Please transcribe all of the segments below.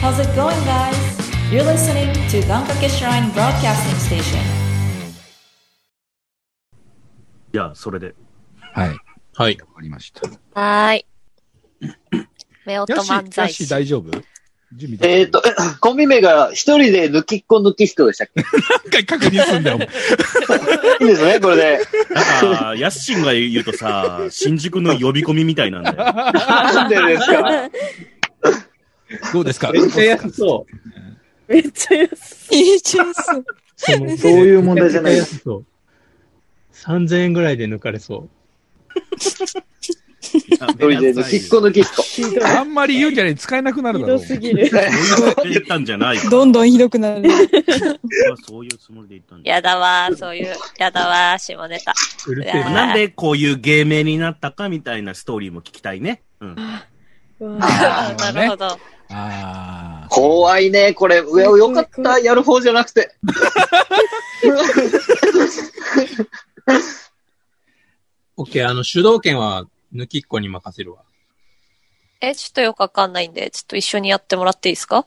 How's it going, guys? You're listening to Gankake Shrine Broadcasting Station. じゃあ、それで。はい。わはい。かりました。はーい。目音ヤシ、ヤ漫才シ師。大丈夫準備できてるえっ、と、コンビ名が一人で抜きっこ抜き人でしたっ何回確認すんだよ。けいいですね、これで。なんか、ヤッシンが言うとさ、新宿の呼び込みみたいなんだよ。なんでですかどうですかめっちゃ安そう。めっちゃ安い。そのそういう問題じゃないめっちゃ安そう。3000円ぐらいで抜かれそう。一人で抜きっこ抜き人。あんまり言うんじゃない使えなくなるひだろどう。すぎる。そう言ったんじゃない。どんどんひどくなる。そういうつもりで言ったんじゃやだわー、そういう、やだわー、下ネタ。うるせいえやな。なんでこういう芸名になったかみたいなストーリーも聞きたいね。うん。わあー なるほど。ああ。怖いね、これ。上よかった、やる方じゃなくて。オッケー、あの、主導権は抜きっこに任せるわ。え、ちょっとよくわかんないんで、ちょっと一緒にやってもらっていいですか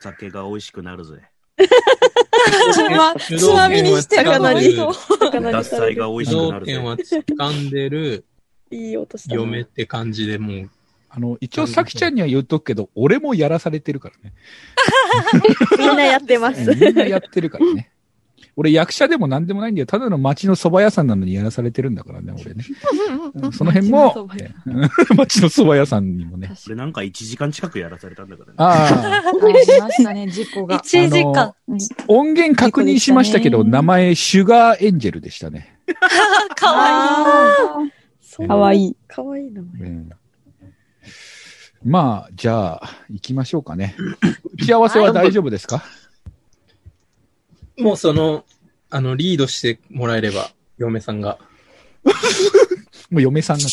酒が美味しくなるぜ。主つまみにしてる掴んなでりそう。魚脱にされ菜るが美味しく主導なる権ぜ。は掴んでるいい音したな。嫁って感じでもう、あの、一応、さきちゃんには言っとくけど、俺もやらされてるからね。みんなやってます。みんなやってるからね。俺役者でも何でもないんだよ。ただの町の蕎麦屋さんなのにやらされてるんだからね、俺ね。うんその辺も、町の蕎麦屋さんにも ね。俺なんか1時間近くやらされたんだからね。ああ、ありま したね、事故が。 1あ時間の。音源確認しましたけど、猫でしたね名前、シュガーエンジェルでしたね。かわあそーんかなわいい。かわいい名前。うんまあ、じゃあ、行きましょうか ね。打ち合わせは大丈夫ですかもうその、あの、リードしてもらえれば、嫁さんが。もう嫁さんが。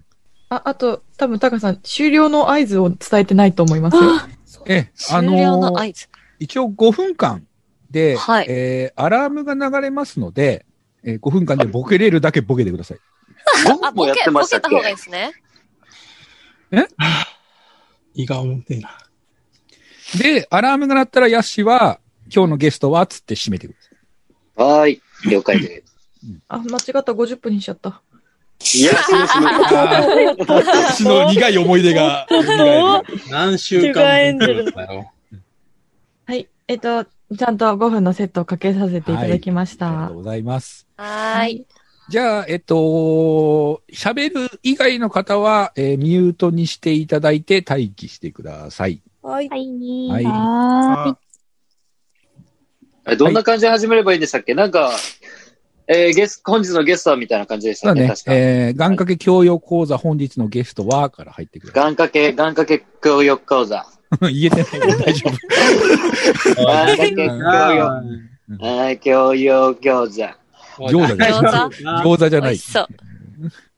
あ、あと、多分、タカさん、終了の合図を伝えてないと思いますよ。ええ、いあい。の終了のー合図。一応5分間で、はいえーアラームが流れますので、えー5分間でボケれるだけボケてください。あ、僕もボやっケ、てボましたケった方がいいけですね。胃が重てえな。で、アラームが鳴ったらヤッシーは、今日のゲストは、つって締めてくださはーい。了解であ、間違った、50分にしちゃった。す。いや、すごいすごい。い。 私の苦い思い出が。何週シュガー間エンもジ来ェルるんだよ。はい。えっと、ちゃんと5分のセットをかけさせていただきましあた。りがとうございます。はーい。じゃあ、えっと、喋る以外の方は、えーミュートにしていただいて待機してください。はい。はい。はえどんな感じで始めればいいんでしたっけなんか、えーゲス、本日のゲストはみたいな感じでしそたうだね、ね確、か。えー、願掛け教養講座本日のゲストは、から入ってくださ願掛け、願掛け教育講座。い。言えて ない大丈夫。願掛け教あ育、はい教養教座。ー餃子餃子餃子じゃ美ない味し。そう。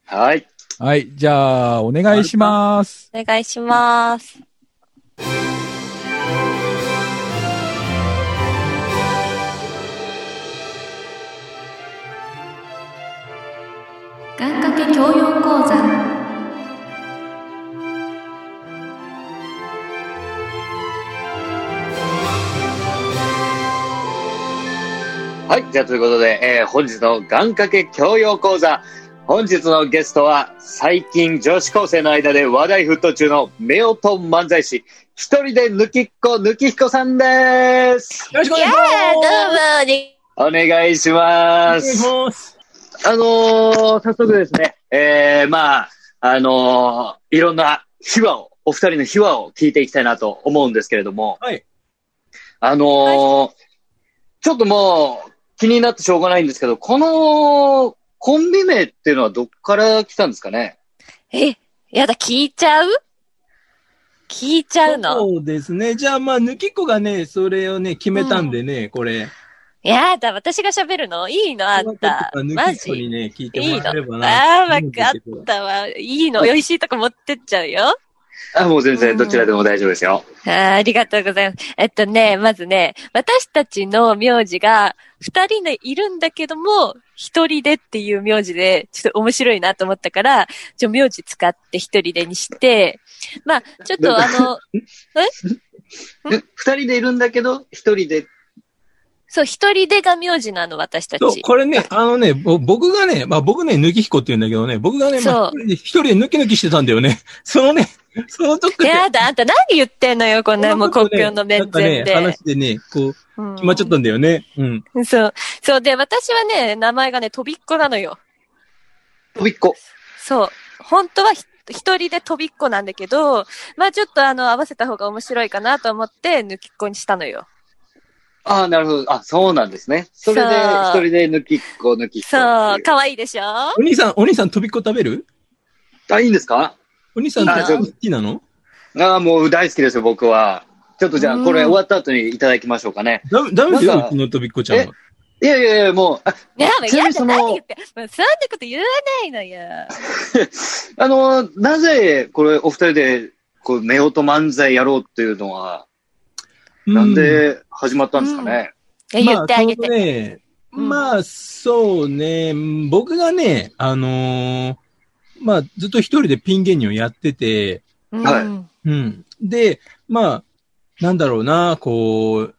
はい。はい。じゃあ、お願いします。お願いします。願掛け教養講座はい。じゃあ、ということで、えー本日の願掛け教養講座。本日のゲストは、最近女子高生の間で話題沸騰中の夫婦漫才師、一人で抜きっこ抜き彦さんです。よろしくおいや願いしー、どうもに、お願いします。ます。あのー早速ですね、えー、まあ、あのーいろんな秘話を、お二人の秘話を聞いていきたいなと思うんですけれども、はい。あのーちょっともう気になってしょうがないんですけど、このコンビ名っていうのはどっから来たんですかねえ、やだ、聞いちゃう聞いちゃうのそうですね。じゃあ、まあ、抜きっこがね、それをね、決めたんでね、これ。やだ、私が喋るのいいのあんた。抜マきっこジにね、聞いていいものらえればな。ああー、わかったわ。いいの。美味しいとこ持ってっちゃうよ。あ、もう全然どちらでも大丈夫ですよ。あーありがとうございます。えっとね、まずね、私たちの名字が、二人でいるんだけども、一人でっていう名字で、ちょっと面白いなと思ったから、ちょ、名字使って一人でにして、まあ、ちょっとあの、え二人でいるんだけど、一人で。そう、一人でが名字なの、私たそうち。これね、あのね、ぼ僕がね、まあ僕ね、抜き彦って言うんだけどね、僕がね、まあそう一人で抜き抜きしてたんだよね。 そのね、その時で。やだ、あんた何言ってんのよ、こんな、もう国境の面なんか前ね、で。話でね、こう、うん決まっちゃったんだよね。うん。そう。そう。で、私はね、名前がね、飛びっこなのよ。飛びっこ。そう。本当はひ一人で飛びっこなんだけど、まあちょっとあの、合わせた方が面白いかなと思って、抜きっこにしたのよ。ああ、なるほど。あ、そうなんですね。それで、そう一人で抜きっこ、抜きっこ。そう、可愛いでしょお兄さん、お兄さん、飛びっこ食べるあ、いいんですかお兄さん、大丈夫好きなのああ、もう大好きですよ、僕は。ちょっとじゃあ、うんこれ終わった後にいただきましょうかね。ダメ、ダメですなんよ、かうちの飛びっこちゃんは。いやいやいや、もう、あねえ、ちやなみにだ、そ何言のっ、て。もうそんなこと言わないのよ。あの、なぜ、これ、お二人で、こう、目音漫才やろうっていうのは、なんで始まったんですかね。え言ってあげまあ、そのね、まあ、そうね、僕がね、あのーまあ、ずっと一人でピン芸人をやってて、はうん。で、まあ、なんだろうな、こう、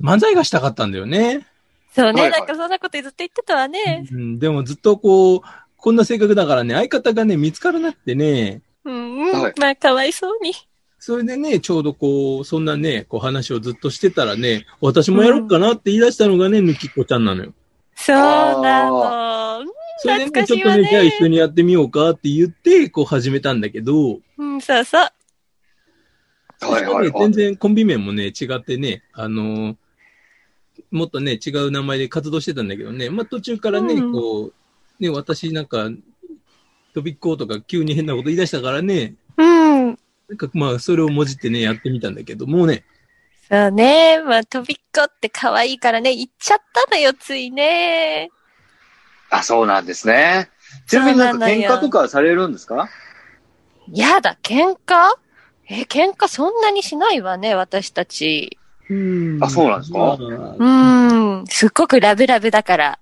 漫才がしたかったんだよね。そうね、はいはいなんかそんなことずっと言ってたわね。うん、でもずっとこう、こんな性格だからね、相方がね、見つからなくてね、うん、うんはいまあかわいそうに。それでね、ちょうどこう、そんなね、こう話をずっとしてたらね、私もやろうかなって言い出したのがね、ぬきっこちゃんなのよ。そうなの。うんそれで懐かね、ちしょっいとわね、じゃあね。一緒にやってみようかって言って、こう始めたんだけど、うん、そうそう。はいね全然コンビ名もね、違ってね、あのーもっとね、違う名前で活動してたんだけどね、まあ途中からね、うんこう、ね、私なんか、飛びっことか急に変なこと言い出したからね、うん。なんかまあそれをもじってね、やってみたんだけど、もうね、そうね。まあ、飛びっこって可愛いからね、行っちゃったのよ、ついね。あ、そうなんですね。ちなみになんかそうなの喧よ嘩とかはされるんですかやだ、喧嘩え、喧嘩そんなにしないわね、私たち。あ、そうなんですかうん、すっごくラブラブだから。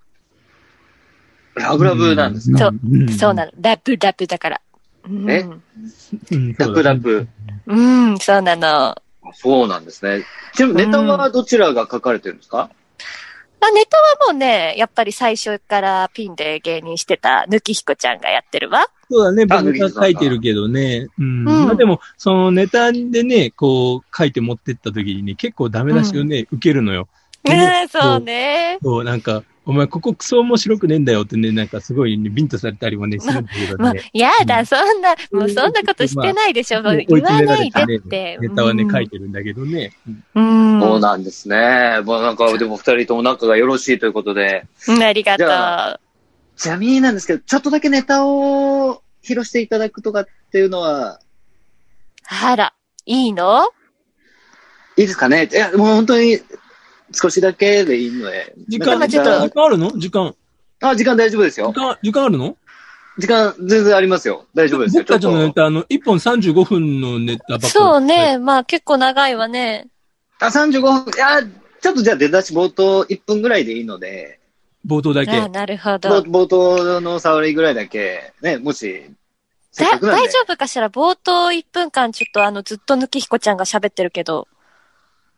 ラブラブなんですかそう、そうなの。ラブラブだから。うんえラブラブ。うん、そうなの。そうなんですね。ちなみにネタはどちらが書かれてるんですか、まあ、ネタはもうね、やっぱり最初からピンで芸人してた、ぬきひこちゃんがやってるわ。そうだね、僕が書いてるけどね。うん。まあでも、そのネタでね、こう書いて持ってった時にね、結構ダメ出しをね、受けるのよ。ねえ、そうね。そう、なんか、お前ここクソ面白くねえんだよってね、なんかすごいね、ビンタされたりもね、するんだけどまあね。、やだ、そんな、もうそんなことしてないでしょ。もう追い言わ詰めなられいでたねって。ネタはねう、ん書いてるんだけどね。うんそうなんですね。まあなんか、でも二人とも仲がよろしいということで。うん、ありがとじゃう。ちなみになんですけど、ちょっとだけネタを披露していただくとかっていうのは、あら、いいのいいですかねいや、もう本当に少しだけでいいので。時間、なんか時ネタ間あるの時間。あ、時間大丈夫ですよ。時間、時間あるの時間全然ありますよ。大丈夫ですよ。僕ちょたっちのと。ネタ、あの、1本35分のネタばっかり。そうね、まあ結構長いわね。あ、35分。いや、ちょっとじゃあ出だし冒頭1分ぐらいでいいので、冒頭だけ。あなるほ冒ど。冒頭の触りぐらいだけ、ね、もし、せだっか大くなんで。丈夫かしら冒頭1分間ちょっとあのずっとぬきひこちゃんが喋ってるけど。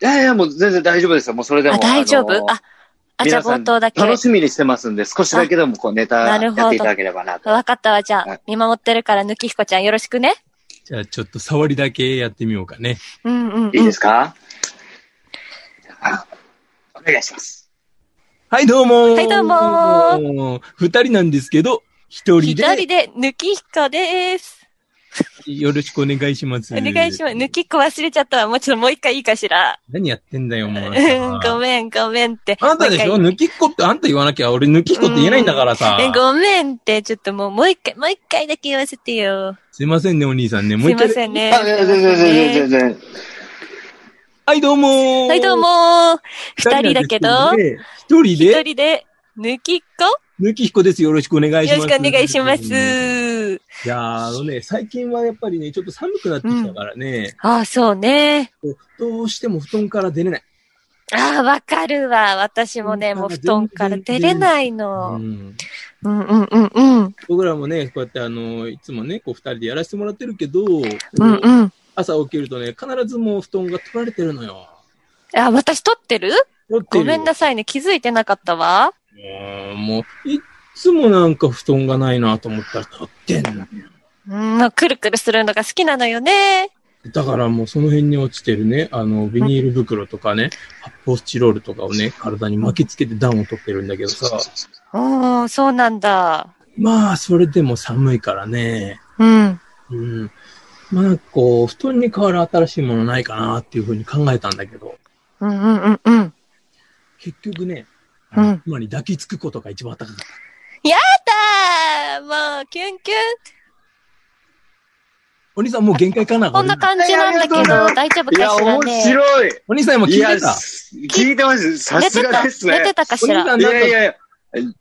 いやいや、もう全然大丈夫ですよ。もうそれでも。あ、大丈夫のあ、あ、じゃあ皆さん冒頭だけ。楽しみにしてますんで、少しだけでもこうネタなやるっほどていただければなと。わかったわ、じゃあ見守ってるからぬきひこちゃんよろしくね。じゃあちょっと触りだけやってみようかね。うんうん、うん。いいですかお願いします。はい、どうもはいどうもも二人なんですけど、一人一人ででぬきひこです。よろしくお願いします。お願いします。ぬきっこ忘れちゃったわ。もうちょっともう一回いいかしら。何やってんだよ、お前。うん ごめん、ごめんって。あんたでしもょう一抜きっこってあんた言わなきゃ俺抜きっこって言えないんだからさ回。え、ごめんって、ちょっともう、もう一回、もう一回だけ言わせてよ。すいませんね、お兄さんね。もすうい一ま回だけ。せんね。あいや全然全然全然はい、どうもーはい、どうもー二人だけど、一人一で、人で、抜きっこ抜きっこです。よろしくお願いしよます。ろしくお願いします。いやーあのね、最近はやっぱりね、ちょっと寒くなってきたからね、ああ、そうね。どうしても布団から出れない。ああ、わかるわ。私もね、もう布団から出れないの。うんうんうんうん。僕らもね、こうやってあの、いつもね、こう二人でやらせてもらってるけど、うんうん。朝起きるとね、必ずもう布団が取られてるのよ。あ、私撮ってる取ってごるめんなさいね。気づいてなかったわ。うんもう、いっつもなんか布団がないなと思ったら取ってんの。うん、まあくるくるするのが好きなのよね。だからもうその辺に落ちてるね、あの、ビニール袋とかね、発泡スチロールとかをね、体に巻きつけて暖を取ってるんだけどさ、うん、そうなんだ。まあ、それでも寒いからね、うん。うん。まあ、なんかこう、布団に代わる新しいものないかなっていうふうに考えたんだけど、うんうんうんうん。結局ね、うん今に抱きつくことが一番暖かかっやだーもう、キュンキュン。お兄さんもう限界かなこんな感じなんだけど、大丈夫かしらね。白い。お兄さん今聞いていやた聞いてます。さすがですね。寝てたかしらいやいやいや。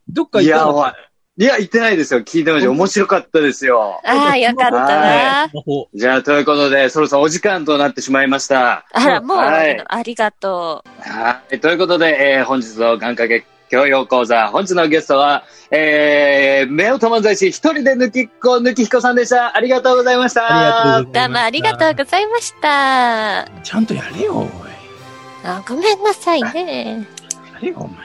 どっか行ったいやおい、いや、行ってないですよ。聞いてました。面白かったですよ。ああ、よかったわ。はじゃあ、ということで、そろそろお時間となってしまいました。あら、もう終わはるいの。。ありがとう。はい。ということで、えー本日の願掛け教養講座、本日のゲストは、えー、夫婦漫才師一人で抜きっこ、抜き彦さんでした。ありがとうございました。どうもありがとうございました。ちゃんとやれよ、おい。あごめんなさいね。やれよ、お前。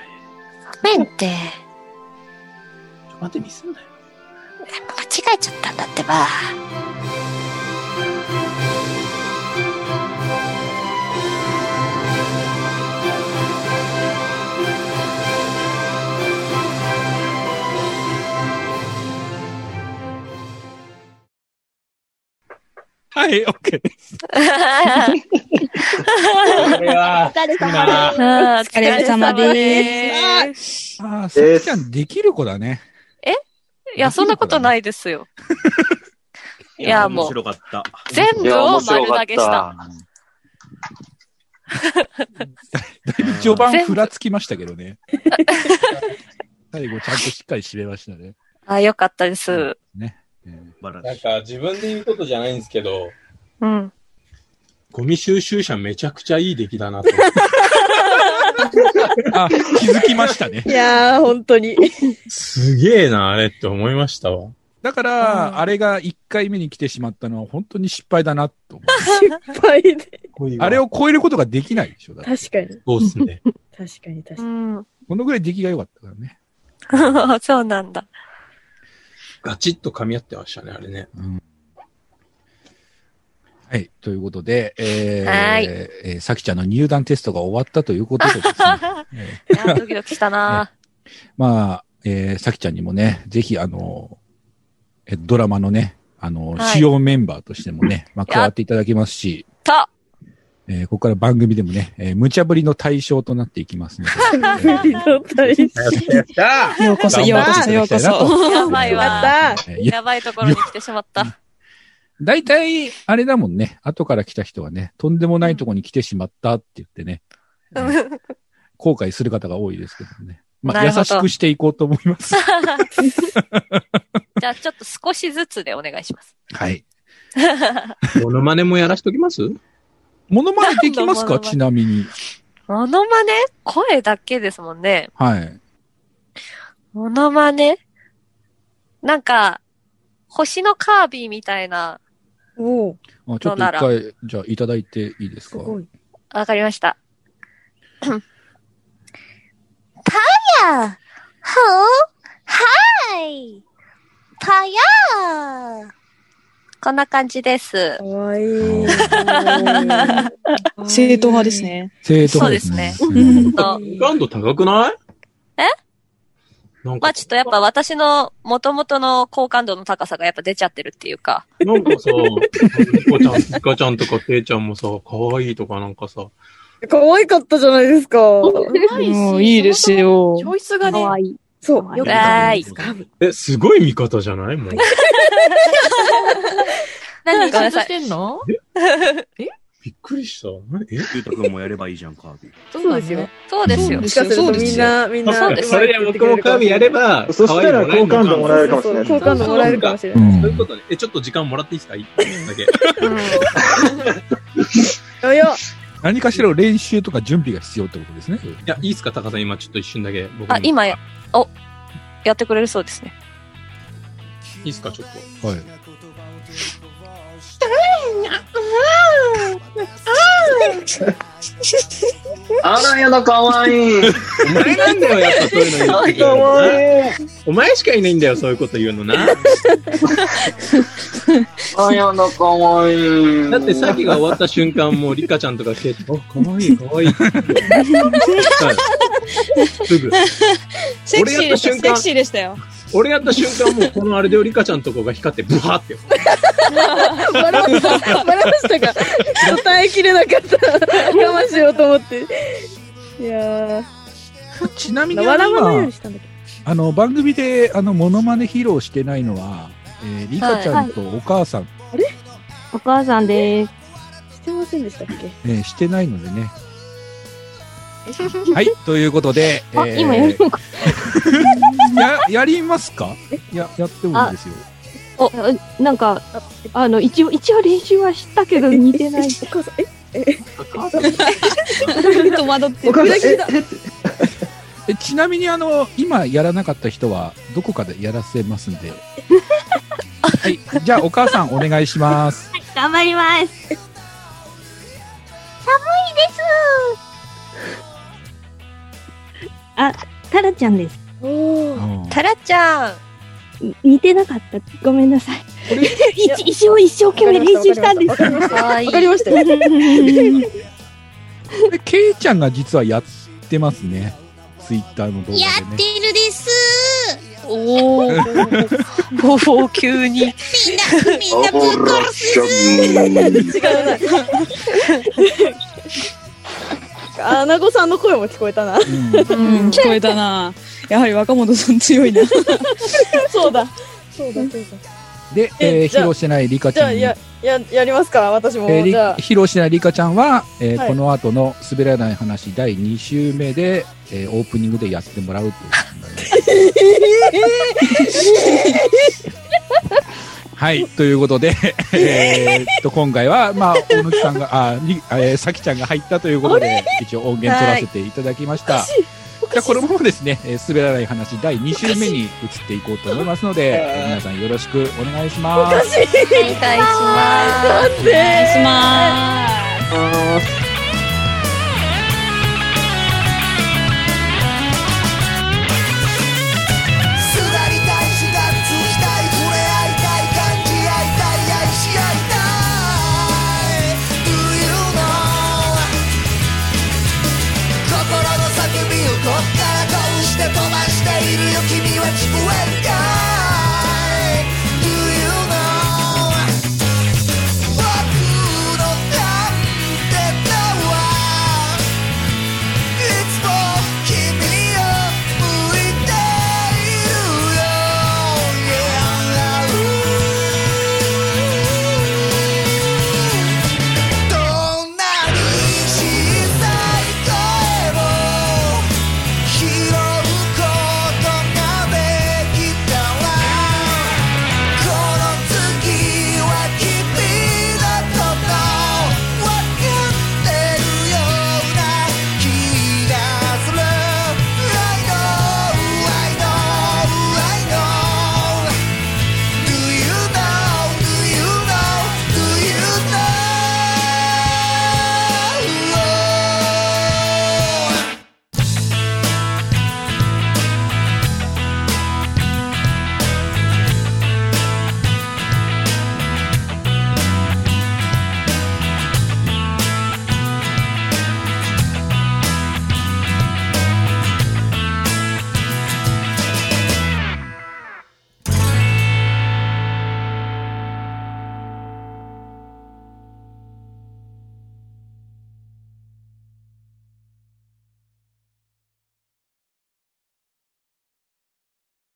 ごめんって。ちょ待って、ミスんだよ。間違えちゃったんだって ば。い、オッケーです。は疲れ様ですあーお疲れ様 でです。ああ、さきちゃんできる子だね。えいや、そんなことないですよ。 いや、も面白う、かった。全部を丸投げした。序盤ふらつきましたけどね。 最後ちゃんとしっかり締めましたね。あ、よかったです。なんか自分で言うことじゃないんですけど、うん。ゴミ収集車めちゃくちゃいい出来だなと 思って。あ、気づきましたね。いやー、本当に。すげえな、あれって思いましたわ。だから、あれが1回目に来てしまったのは本当に失敗だなと 思失敗で。う。あれを超えることができないでしょ。だって確かに。そうですね。確かに、確かうん。 このぐらい出来が良かったからね。そうなんだ。ガチッと噛み合ってましたね、あれね。はい。ということで、えはいー、えーさきちゃんの入団テストが終わったということでですね、いや、ドキドキしたな。まあ、えー、さきちゃんにもね、ぜひ、あの、えドラマのね、あの、はい主要メンバーとしてもね、まあ、加わっていただきますし、と、えーここから番組でもね、えー、無茶ぶりの対象となっていきますので、に。やったようこそようこそようこそやばいわやった。ーやばいところに来てしまった。大体、あれだもんね、後から来た人はね、とんでもないとこに来てしまったって言ってね、後悔する方が多いですけどね。まなあ、る優ほどしくしていこうと思い ます。 じゃあ、ちょっと少しずつでお願いします。はい。モノマネもやらしときますモノマネできますかちなみに。モノマネ声だけですもんね。はい。モノマネなんか、星のカービィみたいな。おあちょっと一なら回、じゃあいただいていいですかわかり ました。 Hiya! Hello! Hi! パヤーこんな感じです。かわいい。正統派ですね。正そう統ですね。と感度高くないえなんまあちょっとやっぱ私の元々の好感度の高さがやっぱ出ちゃってるっていうか。なんかさ、ニコちゃん、イカちゃんとかテイちゃんもさ、可愛いとかなんかさ、可愛かったじゃないですか。もういいですよ。ョイスがね、そう。わよーい。え、すごい味方じゃないもう。何ごめんなしさいてんのびっくりした。えゆうたくんもやればいいじゃん、カービィ。そうですよ。そうですよ。そうですよそうですよみんなみんなそうですそれで僕もカービィやれば、そしたら好感度もらえるかもしれない好感度もらえるかもしれそうない。いうことね。え、ちょっと時間もらっていいですか一分だけ。よよ。何かしら練習とか準備が必要ってことですね。いや、いいですか、タカさん、今ちょっと一瞬だけ。僕もあ、今や、お、やってくれるそうですね。いいですか、ちょっと。はい。あらやだ、かわ いい。お前なんだよ、やっぱそういうの言ってくかるのなわいい。お前しかいないんだよ、そういうこと言うのな。あらやだ、かわいい。だって詐欺が終わった瞬間、もうリカちゃんとか来て、あ、かわいい、かわいい。はいすぐ。セクシーでした。セ俺やった瞬間クシーでしたよ。俺やった瞬間、もうこのあれでリカちゃんとこが光って、ブハって。バレました。バレましたか。答えきれなかった。我慢しようと思って。いやー。ちなみにあの笑わないよ今うに、したんだけあの、番組で、あの、モノマネ披露してないのは、えー、リカちゃんとお母さん、お母さんです。ど。してませんでしたっけ。えーしてないので ね。はい、ということで、あ、えー今やるのか。や、やりますかや、やってもいいですよ。お、なんか、あの、一応、一応練習はしたけど似てない。お母さん、え、戸惑って る。えちなみにあの今やらなかった人はどこかでやらせますん ではいじゃあお母さんお願いし ます頑張ります。寒いです。あ、タラちゃんです。おータラちゃん。に似てなかった。ごめんなさい。一一生一生懸命練習したんです。わかりましたかわいいわかりました。わかりまでケイちゃんが実はやってますねツイッターの動画やでっねてる ですおお。おお、急に。みんな、みんなぶっ殺すした違うな。アナゴさんの声も聞こえたな。うん、聞こえたな。やはり若本さん強 いな。そうだ。そうだ、そうだ。で、えーえじゃ披あ露してないリカち じゃゃあ、んにや、や、やりますか、私も。えーりじゃあ。披露してないリカちゃんは、えーはいこの後の「滑らない話」第2週目で、えーオープニングでやってもらうと いうことになりますはいということで、えーっと今回は、まあ、大貫さんがあにえーさきちゃんが入ったということで一応音源取らせていただきました、じゃあこのままですね、えー滑らない話第2週目に移っていこうと思いますので、えー皆さんよろしくお願いします。お願いしまおす。願いします。